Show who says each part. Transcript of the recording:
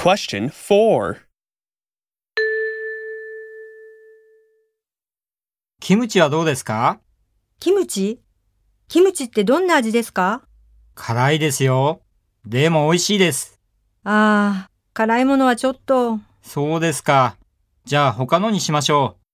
Speaker 1: Question 4.
Speaker 2: キムチはどうですか
Speaker 3: キムチキムチってどんな味ですか
Speaker 2: 辛いですよ。でも美味しいです。
Speaker 3: ああ、辛いものはちょっと。
Speaker 2: そうですか。じゃあ他のにしましょう。